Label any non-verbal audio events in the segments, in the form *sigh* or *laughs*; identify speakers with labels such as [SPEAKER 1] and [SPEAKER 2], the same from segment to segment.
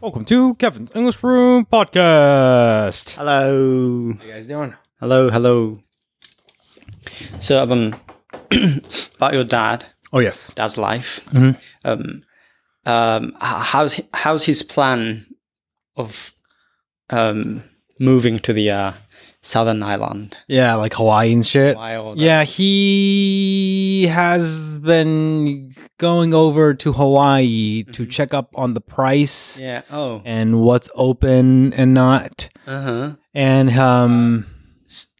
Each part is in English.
[SPEAKER 1] Welcome to Kevin's English Room Podcast. How
[SPEAKER 2] Hello.
[SPEAKER 1] you guys doing?
[SPEAKER 2] Hello, hello. So, um, *coughs* about your dad,
[SPEAKER 1] Oh yes.
[SPEAKER 2] dad's life.
[SPEAKER 1] Mm-hmm.
[SPEAKER 2] Um, um, h- how's hi- how's his plan of um moving to the uh, southern island?
[SPEAKER 1] Yeah, like Hawaii and shit.
[SPEAKER 2] Why all that?
[SPEAKER 1] Yeah, he has been going over to Hawaii to check up on the price
[SPEAKER 2] Yeah. Oh.
[SPEAKER 1] and what's open and not.
[SPEAKER 2] Uh huh.
[SPEAKER 1] And um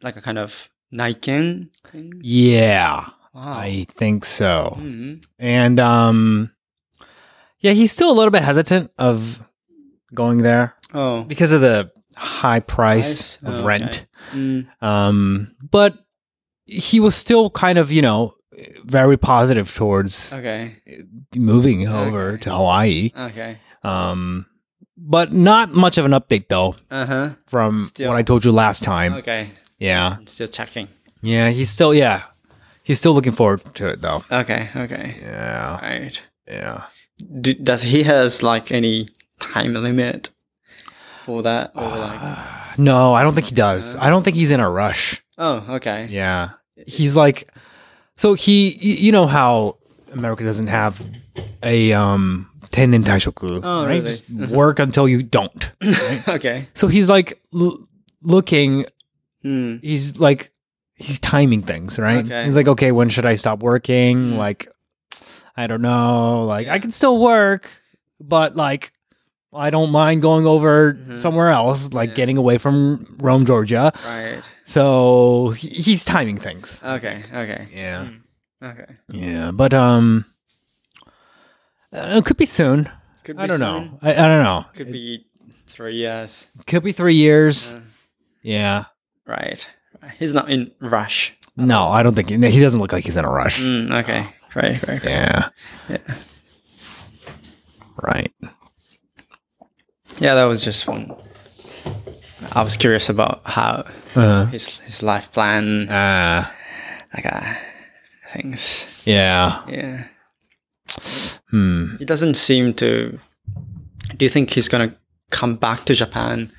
[SPEAKER 2] Like a kind of Niken thing.
[SPEAKER 1] yeah,
[SPEAKER 2] Wow.
[SPEAKER 1] I think so.
[SPEAKER 2] Mhm.
[SPEAKER 1] And um yeah, he's still a little bit hesitant of going there
[SPEAKER 2] Oh.
[SPEAKER 1] because of the high price Oh,
[SPEAKER 2] Price?
[SPEAKER 1] of
[SPEAKER 2] Okay.
[SPEAKER 1] rent.
[SPEAKER 2] Mm.
[SPEAKER 1] Um, but he was still kind of, you know, very positive towards
[SPEAKER 2] Okay.
[SPEAKER 1] moving over
[SPEAKER 2] Okay.
[SPEAKER 1] to Hawaii.
[SPEAKER 2] Okay.
[SPEAKER 1] Um, but not much of an update though
[SPEAKER 2] Uh huh.
[SPEAKER 1] from
[SPEAKER 2] Still.
[SPEAKER 1] what I told you last time.
[SPEAKER 2] Okay.
[SPEAKER 1] Yeah.
[SPEAKER 2] I'm still checking.
[SPEAKER 1] Yeah. He's still, yeah. He's still looking forward to it though.
[SPEAKER 2] Okay. Okay.
[SPEAKER 1] Yeah.
[SPEAKER 2] All right.
[SPEAKER 1] Yeah.
[SPEAKER 2] Do, does he has like any time limit for that or
[SPEAKER 1] *sighs*
[SPEAKER 2] like
[SPEAKER 1] No, I don't think he does. I don't think he's in a rush.
[SPEAKER 2] oh okay
[SPEAKER 1] Yeah. He's like so he y- you know how America doesn't have a um tenen taishoku,
[SPEAKER 2] Oh,
[SPEAKER 1] right?
[SPEAKER 2] really?
[SPEAKER 1] Just work until you don't.
[SPEAKER 2] *laughs* okay
[SPEAKER 1] So he's like l- looking
[SPEAKER 2] Hmm.
[SPEAKER 1] he's like he's timing things, right?
[SPEAKER 2] Okay.
[SPEAKER 1] He's like okay, when should I stop working?
[SPEAKER 2] Mm.
[SPEAKER 1] Like I don't know. Like I can still work, but like I don't mind going over
[SPEAKER 2] Mhm.
[SPEAKER 1] somewhere else, like
[SPEAKER 2] Yeah.
[SPEAKER 1] getting away from Rome, Georgia.
[SPEAKER 2] right
[SPEAKER 1] So he- he's timing things.
[SPEAKER 2] okay okay
[SPEAKER 1] Yeah.
[SPEAKER 2] Mm. okay
[SPEAKER 1] Yeah, but um, uh, it could be soon.
[SPEAKER 2] could
[SPEAKER 1] I don't
[SPEAKER 2] soon.
[SPEAKER 1] know. I, I don't know.
[SPEAKER 2] could be three years
[SPEAKER 1] It could be three years.
[SPEAKER 2] Yeah.
[SPEAKER 1] yeah.
[SPEAKER 2] right Right. he's not in rush
[SPEAKER 1] No, I don't think he doesn't look like he's in a rush.
[SPEAKER 2] Hmm.
[SPEAKER 1] Ah.
[SPEAKER 2] okay right right
[SPEAKER 1] Yeah.
[SPEAKER 2] Yeah.
[SPEAKER 1] Right.
[SPEAKER 2] yeah that was just one I was curious about how
[SPEAKER 1] Uh,
[SPEAKER 2] his his life plan
[SPEAKER 1] uh,
[SPEAKER 2] like uh, things
[SPEAKER 1] yeah.
[SPEAKER 2] yeah
[SPEAKER 1] Hmm.
[SPEAKER 2] He doesn't seem to. Do you think he's gonna come back to Japan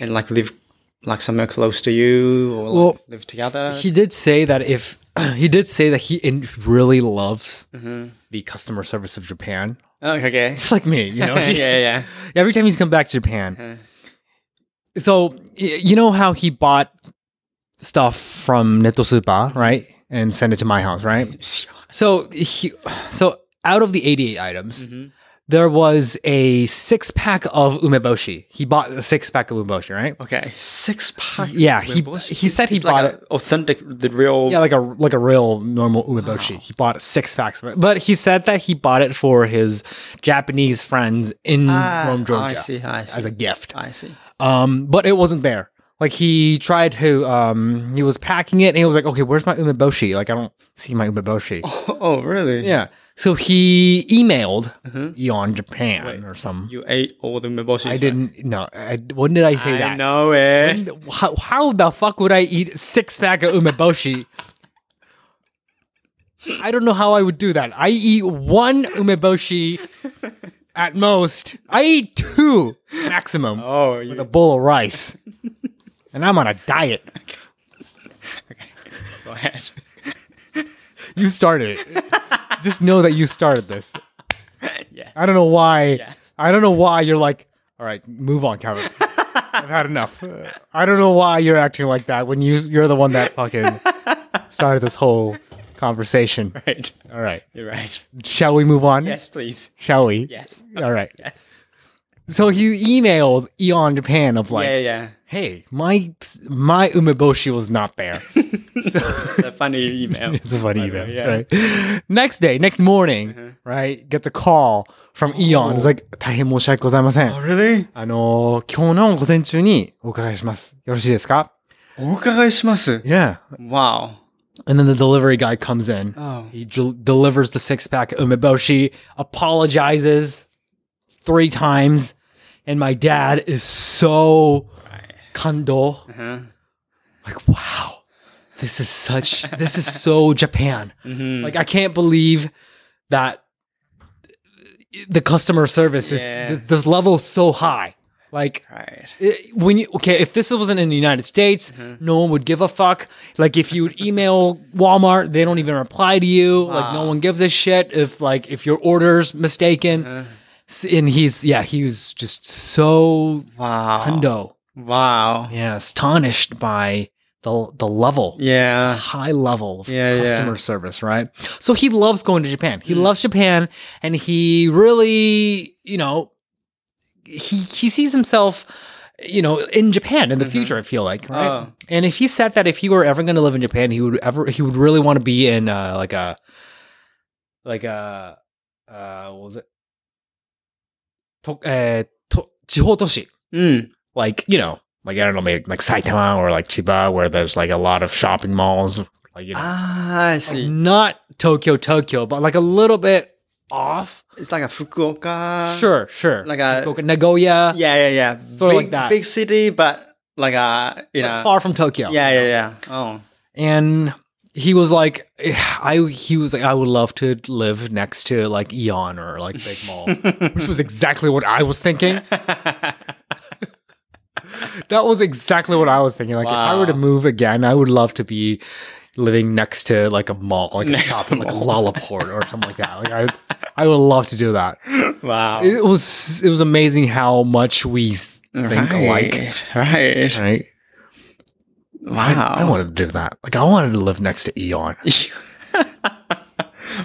[SPEAKER 2] and like live like somewhere close to you or like,
[SPEAKER 1] Well,
[SPEAKER 2] live together?
[SPEAKER 1] He did say that if *clears throat* he did say that he in, really loves
[SPEAKER 2] Mm-hmm.
[SPEAKER 1] the customer service of Japan.
[SPEAKER 2] Oh,
[SPEAKER 1] *laughs*
[SPEAKER 2] okay. *laughs*
[SPEAKER 1] It's like me, you know.
[SPEAKER 2] yeah, yeah,
[SPEAKER 1] Every time he's come back to Japan,
[SPEAKER 2] yeah. Uh-huh.
[SPEAKER 1] so y- you know how he bought stuff from Neto Supa, right? And sent it to my house, right?
[SPEAKER 2] *laughs*
[SPEAKER 1] *laughs* So he, so out of the 88 items,
[SPEAKER 2] Mhm.
[SPEAKER 1] there was a six pack of umeboshi. He bought a six pack of umeboshi, right?
[SPEAKER 2] Okay, six pack.
[SPEAKER 1] Yeah, he-
[SPEAKER 2] Oh, Umeboshi.
[SPEAKER 1] he said he
[SPEAKER 2] It's like
[SPEAKER 1] bought
[SPEAKER 2] a authentic, the real.
[SPEAKER 1] Yeah, like a like a real normal umeboshi. He bought six packs of it, but he said that he bought it for his Japanese friends in
[SPEAKER 2] Ah,
[SPEAKER 1] Rome, Georgia,
[SPEAKER 2] I see. I see.
[SPEAKER 1] as a gift.
[SPEAKER 2] I
[SPEAKER 1] *laughs*
[SPEAKER 2] see.
[SPEAKER 1] um, but it wasn't there. Like he tried to, um, he was packing it and he was like, okay, where's my umeboshi? Like I don't see my umeboshi.
[SPEAKER 2] *laughs* Oh, oh, really?
[SPEAKER 1] Yeah. So he emailed
[SPEAKER 2] Mhm.
[SPEAKER 1] Eon Japan
[SPEAKER 2] Wait,
[SPEAKER 1] or some.
[SPEAKER 2] You ate all the umeboshi.
[SPEAKER 1] I didn't. No. I, when did I say
[SPEAKER 2] I
[SPEAKER 1] that?
[SPEAKER 2] know it.
[SPEAKER 1] When- How, how the fuck would I eat six pack of umeboshi? I don't know how I would do that. I eat one
[SPEAKER 2] *laughs*
[SPEAKER 1] umeboshi at most. I eat two maximum
[SPEAKER 2] Oh, you, *laughs*
[SPEAKER 1] with a bowl of rice. and I'm on a diet.
[SPEAKER 2] go ahead.
[SPEAKER 1] You started
[SPEAKER 2] *laughs*
[SPEAKER 1] it. Just know that you started this.
[SPEAKER 2] yes.
[SPEAKER 1] I don't know why.
[SPEAKER 2] Yes.
[SPEAKER 1] I don't know why you're like, all right, move on, Kevin. I've had enough. I don't know why you're acting like that when you you're the one that fucking
[SPEAKER 2] *laughs*
[SPEAKER 1] started this whole conversation.
[SPEAKER 2] Right.
[SPEAKER 1] All right, *laughs*
[SPEAKER 2] You're right.
[SPEAKER 1] shall we move on?
[SPEAKER 2] Yes, please.
[SPEAKER 1] Shall we?
[SPEAKER 2] Yes.
[SPEAKER 1] All right.
[SPEAKER 2] Yes.
[SPEAKER 1] So he emailed Eon Japan of like,
[SPEAKER 2] yeah, yeah.
[SPEAKER 1] hey, my my umeboshi was not there.
[SPEAKER 2] It's a
[SPEAKER 1] *laughs*
[SPEAKER 2] funny email.
[SPEAKER 1] It's a funny
[SPEAKER 2] By the
[SPEAKER 1] email,
[SPEAKER 2] way, yeah.
[SPEAKER 1] right? Next day, next morning, right, gets a call from Eon. It's like, 大変申し訳ございません。
[SPEAKER 2] really?
[SPEAKER 1] あのー今日の午前中にお伺いします。よろしいですか Yeah.
[SPEAKER 2] Wow.
[SPEAKER 1] And then the delivery guy comes in.
[SPEAKER 2] Oh.
[SPEAKER 1] He del- delivers the six pack of umeboshi, apologizes three times, and my dad is so kando.
[SPEAKER 2] Uh-huh.
[SPEAKER 1] Like, wow, this is such, this
[SPEAKER 2] *laughs*
[SPEAKER 1] is so Japan.
[SPEAKER 2] Mhm.
[SPEAKER 1] Like, I can't believe that the customer service is
[SPEAKER 2] Yeah.
[SPEAKER 1] this, this level is so high. Like
[SPEAKER 2] Right.
[SPEAKER 1] it- when you okay, if this wasn't in the United States,
[SPEAKER 2] Mm-hmm.
[SPEAKER 1] no one would give a fuck. Like if you would email Walmart, they don't even reply to you. Like no one gives a shit if like if your order's mistaken.
[SPEAKER 2] Uh-huh. Mm-hmm.
[SPEAKER 1] S- And he's yeah, he was just so
[SPEAKER 2] Wow.
[SPEAKER 1] hundo.
[SPEAKER 2] Wow.
[SPEAKER 1] Yeah, astonished by the the level
[SPEAKER 2] Yeah.
[SPEAKER 1] high level of
[SPEAKER 2] Yeah, Mm. yeah.
[SPEAKER 1] customer service, right? So he loves going to Japan. He loves Japan and he really, you know, he he sees himself you know, in Japan in the future, I feel like, right?
[SPEAKER 2] Mm-hmm. Oh.
[SPEAKER 1] And if he said that if he were ever going to live in Japan, he would ever he would really want to be in uh, like a like a uh, what was it? To, uh, to, 地方都市
[SPEAKER 2] Mm.
[SPEAKER 1] like you know like i don't know maybe like saitama or like chiba where there's like a lot of shopping malls like you know
[SPEAKER 2] Ah, I
[SPEAKER 1] Um,
[SPEAKER 2] see.
[SPEAKER 1] not tokyo tokyo but like a little bit off
[SPEAKER 2] It's like a Fukuoka.
[SPEAKER 1] sure sure
[SPEAKER 2] Uh, like a-
[SPEAKER 1] Fukuoka- nagoya
[SPEAKER 2] Yeah, yeah, yeah.
[SPEAKER 1] Sort of
[SPEAKER 2] big,
[SPEAKER 1] like that.
[SPEAKER 2] Big city, but like a you
[SPEAKER 1] like
[SPEAKER 2] know.
[SPEAKER 1] far from tokyo
[SPEAKER 2] yeah, yeah, yeah. Oh. *laughs*
[SPEAKER 1] and he was like *sighs* i he was like i would love to live next to like eon or like big mall
[SPEAKER 2] *laughs*
[SPEAKER 1] which was exactly what i was thinking that was exactly what i was thinking like if i were to
[SPEAKER 2] Wow.
[SPEAKER 1] move again i would love to be living next to like a mall like
[SPEAKER 2] Next
[SPEAKER 1] a shop
[SPEAKER 2] to
[SPEAKER 1] like a
[SPEAKER 2] mall.
[SPEAKER 1] lollaport or something like that like i
[SPEAKER 2] *laughs*
[SPEAKER 1] i would love to do that
[SPEAKER 2] wow.
[SPEAKER 1] it was it was amazing how much we s- think alike
[SPEAKER 2] Right, Right.
[SPEAKER 1] right
[SPEAKER 2] Wow.
[SPEAKER 1] I, I wanted to do that like i wanted to live next to eon
[SPEAKER 2] *laughs*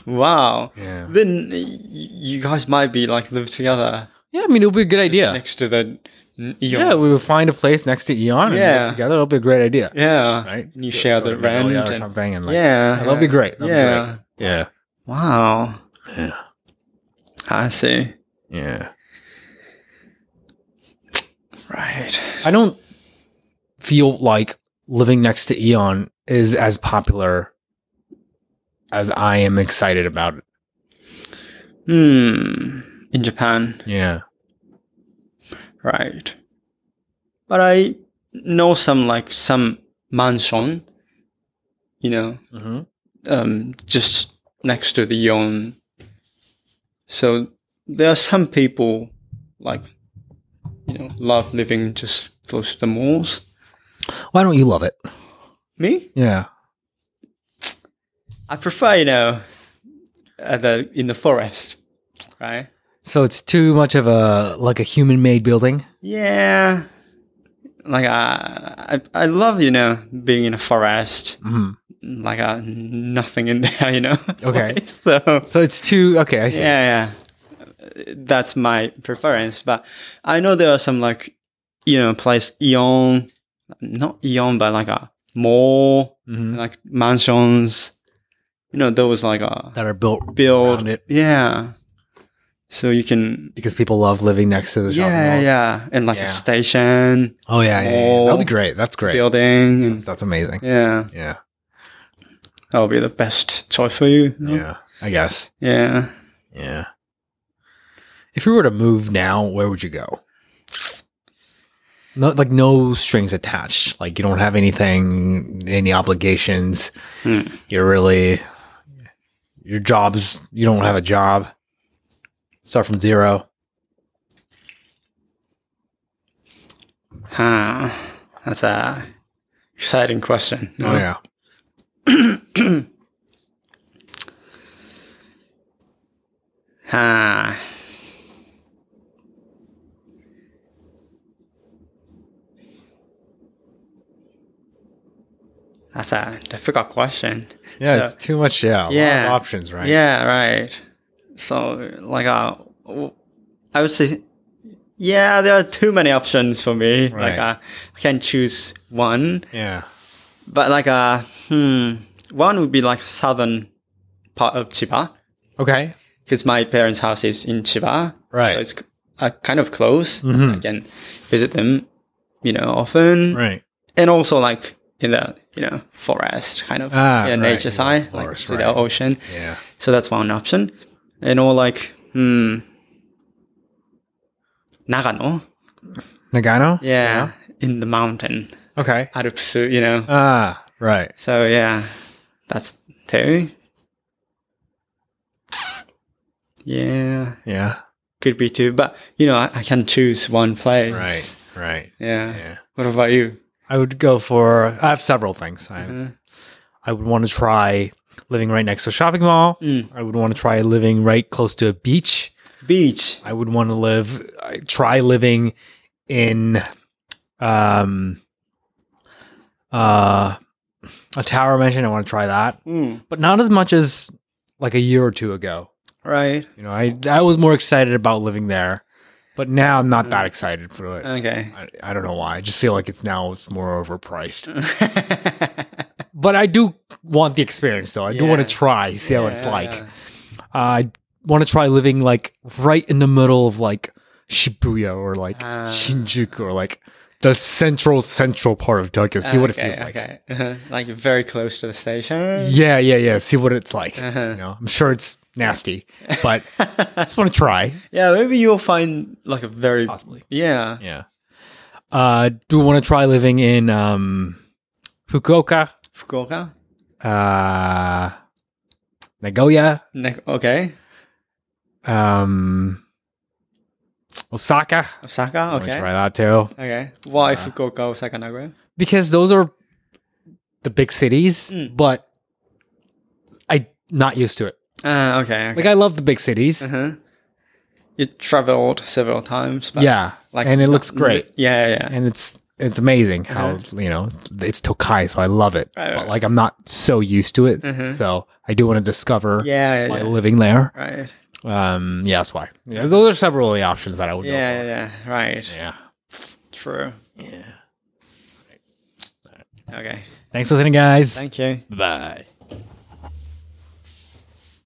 [SPEAKER 2] wow.
[SPEAKER 1] Yeah.
[SPEAKER 2] Then y- you guys might be like live together
[SPEAKER 1] yeah i mean it would be a good idea
[SPEAKER 2] next to the n- eon.
[SPEAKER 1] Yeah, we would find a place next to Eon and
[SPEAKER 2] Yeah.
[SPEAKER 1] live together. That'll be a great idea,
[SPEAKER 2] Yeah.
[SPEAKER 1] right?
[SPEAKER 2] And you share
[SPEAKER 1] Go
[SPEAKER 2] the
[SPEAKER 1] to Magnolia
[SPEAKER 2] rent.
[SPEAKER 1] or
[SPEAKER 2] And,
[SPEAKER 1] something, and like, yeah,
[SPEAKER 2] yeah.
[SPEAKER 1] that'll be great. That'll be
[SPEAKER 2] yeah.
[SPEAKER 1] great. yeah,
[SPEAKER 2] Wow.
[SPEAKER 1] Yeah.
[SPEAKER 2] I see.
[SPEAKER 1] yeah.
[SPEAKER 2] Right.
[SPEAKER 1] I don't feel like living next to Eon is as popular as I am excited about it.
[SPEAKER 2] Hmm. In Japan.
[SPEAKER 1] Yeah,
[SPEAKER 2] Right. But I know some like some mansion, you know,
[SPEAKER 1] mm-hmm.
[SPEAKER 2] um, just next to the yon. So there are some people like, you know, love living just close to the malls.
[SPEAKER 1] why don't you love it?
[SPEAKER 2] Me,
[SPEAKER 1] Yeah,
[SPEAKER 2] I prefer, you know, at the in the forest, right?
[SPEAKER 1] so it's too much of a like a human made building.
[SPEAKER 2] Yeah. Like I, I, I love you know being in a forest.
[SPEAKER 1] Mhm.
[SPEAKER 2] like uh, nothing in there, *laughs* you know.
[SPEAKER 1] Okay.
[SPEAKER 2] so
[SPEAKER 1] So it's too okay. I see.
[SPEAKER 2] yeah, yeah, that's my preference. But I know there are some like you know place Eon, not Eon, but like a mall,
[SPEAKER 1] Mhm.
[SPEAKER 2] like mansions. You know those like a
[SPEAKER 1] That are built
[SPEAKER 2] build.
[SPEAKER 1] around it
[SPEAKER 2] Yeah. So you can.
[SPEAKER 1] because people love living next to the shopping
[SPEAKER 2] Yeah,
[SPEAKER 1] malls.
[SPEAKER 2] yeah, and like
[SPEAKER 1] Yeah.
[SPEAKER 2] a station
[SPEAKER 1] Oh yeah, yeah, yeah. that'll
[SPEAKER 2] Mall.
[SPEAKER 1] be great. That's great.
[SPEAKER 2] building, and
[SPEAKER 1] That's amazing.
[SPEAKER 2] yeah,
[SPEAKER 1] Yeah.
[SPEAKER 2] that'll be the best choice for you. you know?
[SPEAKER 1] Yeah. I guess.
[SPEAKER 2] yeah.
[SPEAKER 1] Yeah. If you were to move now, where would you go? No, like no strings attached. Like you don't have anything, any obligations.
[SPEAKER 2] Hmm.
[SPEAKER 1] You're really your jobs. You don't have a job. Start from zero.
[SPEAKER 2] Huh. That's a exciting question. no?
[SPEAKER 1] yeah.
[SPEAKER 2] Huh. That's a difficult question.
[SPEAKER 1] Yeah.
[SPEAKER 2] So-
[SPEAKER 1] it's too much. Yeah. a lot of
[SPEAKER 2] Yeah.
[SPEAKER 1] options. Right.
[SPEAKER 2] Yeah, right. So, like, uh, w- I would say, yeah, there are too many options for me. Like,
[SPEAKER 1] Right.
[SPEAKER 2] uh, I can choose one.
[SPEAKER 1] Yeah.
[SPEAKER 2] But, like, uh, hmm, one would be like southern part of Chiba.
[SPEAKER 1] Okay.
[SPEAKER 2] because my parents' house is in Chiba,
[SPEAKER 1] Right.
[SPEAKER 2] So it's uh, kind of close.
[SPEAKER 1] Mhm.
[SPEAKER 2] I can visit them, you know, often,
[SPEAKER 1] Right.
[SPEAKER 2] and also like in the you know forest, kind of
[SPEAKER 1] Ah,
[SPEAKER 2] you know,
[SPEAKER 1] right, in
[SPEAKER 2] nature
[SPEAKER 1] the
[SPEAKER 2] side,
[SPEAKER 1] forest,
[SPEAKER 2] like to
[SPEAKER 1] right.
[SPEAKER 2] the ocean.
[SPEAKER 1] Yeah.
[SPEAKER 2] So that's one option, and or like hmm, Nagano,
[SPEAKER 1] Nagano.
[SPEAKER 2] yeah, in the mountain,
[SPEAKER 1] Okay.
[SPEAKER 2] Alps, you know.
[SPEAKER 1] Ah. Right.
[SPEAKER 2] So yeah, that's two. Yeah.
[SPEAKER 1] Yeah.
[SPEAKER 2] could be two, but you know, I, I can choose one place.
[SPEAKER 1] Right. Right.
[SPEAKER 2] Yeah.
[SPEAKER 1] Yeah.
[SPEAKER 2] What about you?
[SPEAKER 1] I would go for. I have several things. I
[SPEAKER 2] Uh,
[SPEAKER 1] I would want to try living right next to a shopping mall.
[SPEAKER 2] Mm.
[SPEAKER 1] I would want to try living right close to a beach.
[SPEAKER 2] beach.
[SPEAKER 1] I would want to live. I try living in um uh a tower mansion. I want to try that,
[SPEAKER 2] Mm.
[SPEAKER 1] but not as much as like a year or two ago.
[SPEAKER 2] Right.
[SPEAKER 1] You know, I I was more excited about living there, but now I'm not that excited for it.
[SPEAKER 2] Okay.
[SPEAKER 1] I, I don't know why. I just feel like it's now it's more overpriced. But I do want the experience though. I do
[SPEAKER 2] Yeah.
[SPEAKER 1] want to try, see how it's
[SPEAKER 2] Yeah.
[SPEAKER 1] like. I want to try living like right in the middle of like Shibuya or like
[SPEAKER 2] Ah.
[SPEAKER 1] Shinjuku or like the central central part of Tokyo. See what it
[SPEAKER 2] Okay,
[SPEAKER 1] feels like.
[SPEAKER 2] okay. Uh-huh. Like very close to the station.
[SPEAKER 1] Yeah, yeah, yeah. See what it's like. You
[SPEAKER 2] Uh-huh.
[SPEAKER 1] know, I'm sure it's
[SPEAKER 2] *laughs*
[SPEAKER 1] nasty, but I just want to try.
[SPEAKER 2] Yeah, maybe you'll find like a very
[SPEAKER 1] Possibly.
[SPEAKER 2] yeah.
[SPEAKER 1] Yeah. Uh, do want to try living in um, Fukuoka,
[SPEAKER 2] Fukuoka.
[SPEAKER 1] uh, Nagoya,
[SPEAKER 2] Ne- okay.
[SPEAKER 1] um, Osaka.
[SPEAKER 2] Osaka.
[SPEAKER 1] I want to
[SPEAKER 2] Okay.
[SPEAKER 1] try that too.
[SPEAKER 2] Okay. Why
[SPEAKER 1] Uh,
[SPEAKER 2] Fukuoka, Osaka, Nagoya?
[SPEAKER 1] because those are the big cities,
[SPEAKER 2] Mm.
[SPEAKER 1] but I not used to it.
[SPEAKER 2] Ah, okay. okay.
[SPEAKER 1] Like I love the big cities.
[SPEAKER 2] uh-huh. You traveled several times. But
[SPEAKER 1] Yeah.
[SPEAKER 2] Like
[SPEAKER 1] and it looks great.
[SPEAKER 2] Yeah, yeah, yeah.
[SPEAKER 1] And it's it's amazing how, you know, it's Tokai, so I love it.
[SPEAKER 2] Uh-huh. Right, right,
[SPEAKER 1] But like I'm not so used to it.
[SPEAKER 2] Mhm.
[SPEAKER 1] So I do want to discover
[SPEAKER 2] Yeah, yeah,
[SPEAKER 1] by
[SPEAKER 2] yeah.
[SPEAKER 1] living there.
[SPEAKER 2] Right.
[SPEAKER 1] Um yeah, that's why. Yeah, those are several of the options that I would
[SPEAKER 2] Yeah, yeah, yeah. Right.
[SPEAKER 1] go. For. Yeah.
[SPEAKER 2] True.
[SPEAKER 1] Yeah.
[SPEAKER 2] Okay.
[SPEAKER 1] Thanks for listening guys.
[SPEAKER 2] Thank you.
[SPEAKER 1] Bye.